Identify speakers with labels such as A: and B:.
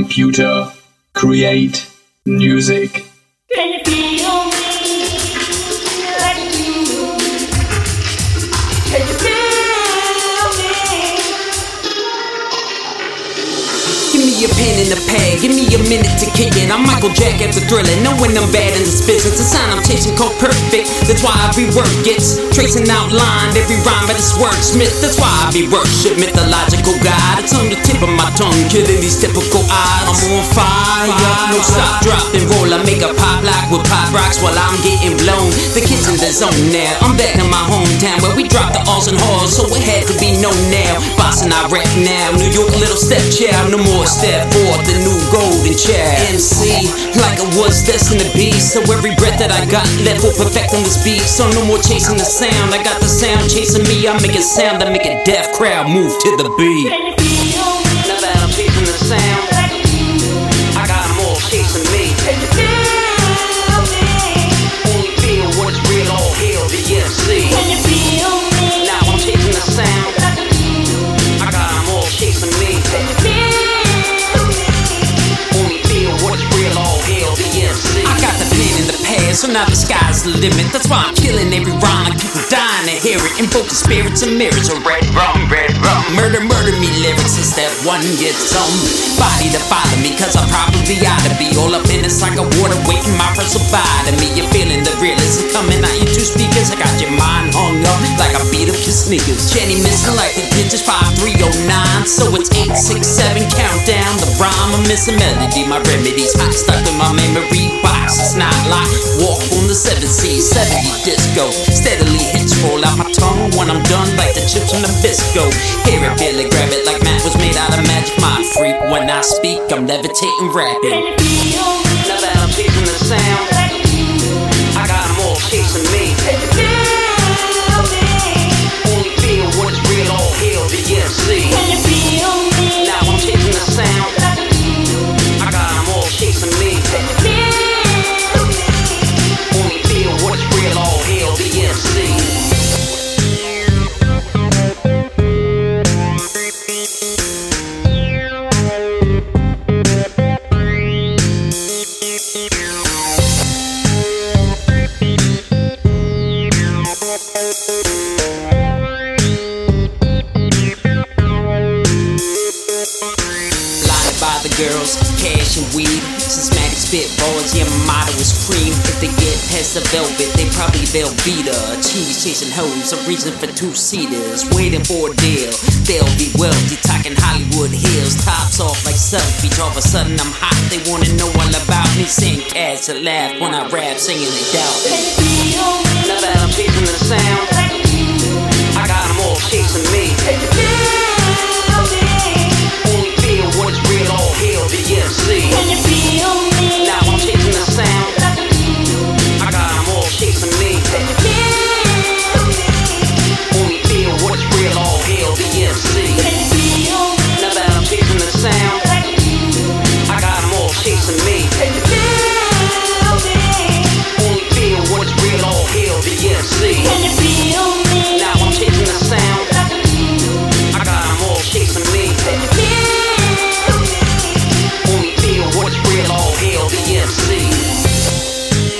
A: computer, create music.
B: Can you feel me? Like you do? Can you feel me?
C: Give me a pen and a pad, give me a minute to kick it. I'm Michael Jack at the thriller, knowing I'm bad in this business. It's a sign I'm chasing called perfect. That's why I rework it. Tracing outline every rhyme by this wordsmith. That's why I be worship mythological god. It's on the tip of my tongue, killing these typical odds. I'm on fire, no stop, drop and roll. I make a pop lock with pop rocks while I'm getting blown. The kids in the zone now. I'm back in my hometown where we dropped the alls and halls, so it had to be known now. Boss and I rap now. New York little stepchild, no more step forth, the new golden child. MC, like I was destined to be. So every breath that I got left will perfect on this beat. So no more chasing the sound. I got the sound chasing me. I make a sound that make a deaf crowd move to the beat.
B: Can you feel me?
C: Now that I'm chasing the sound,
B: Like you do?
C: I got 'em all chasing me.
B: Can you feel me?
C: Only feel what's real, all hail the MC.
B: Can you feel me?
C: Now I'm chasing the sound.
B: Like you do?
C: I got 'em all chasing me.
B: Can you feel me?
C: Only feel what's real, all hail the MC. I got the pen in the past, so now the sky's the limit. That's why I'm killing every rhyme. I keep them dying to hear it. Invoke the spirits and mirrors of red rum, red rum. Murder, murder me lyrics is that one gets some body to follow me. Cause I probably ought to be all up in this like a water waiting my first me. You're feeling the realest is coming out your two speakers. I got your mind hung up like I beat up your sneakers. Jenny missing like the digits 5309. So it's 867 countdown. The rhyme I'm missing melody. My remedy's hot stuck in my memory box. It's not locked. Walk on the 7 seas, 70 disco. Steadily hits roll out my tongue when I'm done like the chips on the Bisco. Hear it, feel it, grab it like Matt was made out of magic. Mind freak when I speak, I'm levitating
B: Can
C: rapid.
B: you feel me?
C: Now that I'm chasing the sound,
B: Like you do?
C: I got 'em all chasing me.
B: Can you feel me?
C: Only feel what's real, all hail the MC.
B: Can you feel me?
C: Now I'm chasing the sound,
B: Like you do?
C: I got 'em all chasing me.
B: Can you feel me?
C: Only feel what's real, all hail the MC. Blinded by the girls, cash and weed. Systematic spit balls, yeah, my motto is cream. If they get past the velvet, they probably Velveeta. Cheese chasing hoes, a reason for two seaters. Waiting for a deal, they'll be wealthy. Talking Hollywood hills, tops off like selfies. All of a sudden I'm hot, they wanna know all about me. Saying cats that laugh when I rap, singing they doubt.
B: Can you feel me?
C: Now that I'm chasing the sound,
B: Like you do?
C: I got 'em all chasing me.
B: Can you feel me?
C: Only feel what's real, all hail the MC.
B: Can you feel me?
C: Now I'm chasing the sound.
B: Like you do?
C: I got 'em all chasing me.
B: Can you feel me?
C: Only feel what's real, all hail the MC.
B: Can you feel me?
C: Now that I'm chasing the sound,
B: Like you do?
C: I got 'em all chasing me.
B: Can you feel me?
C: Only feel what's real, all hail the MC.
B: Can you feel me?
C: Now I'm chasing the sound,
B: Like you do?
C: I got 'em all chasing me.
B: Can you feel me?
C: Only feel what's real, all hail the MC.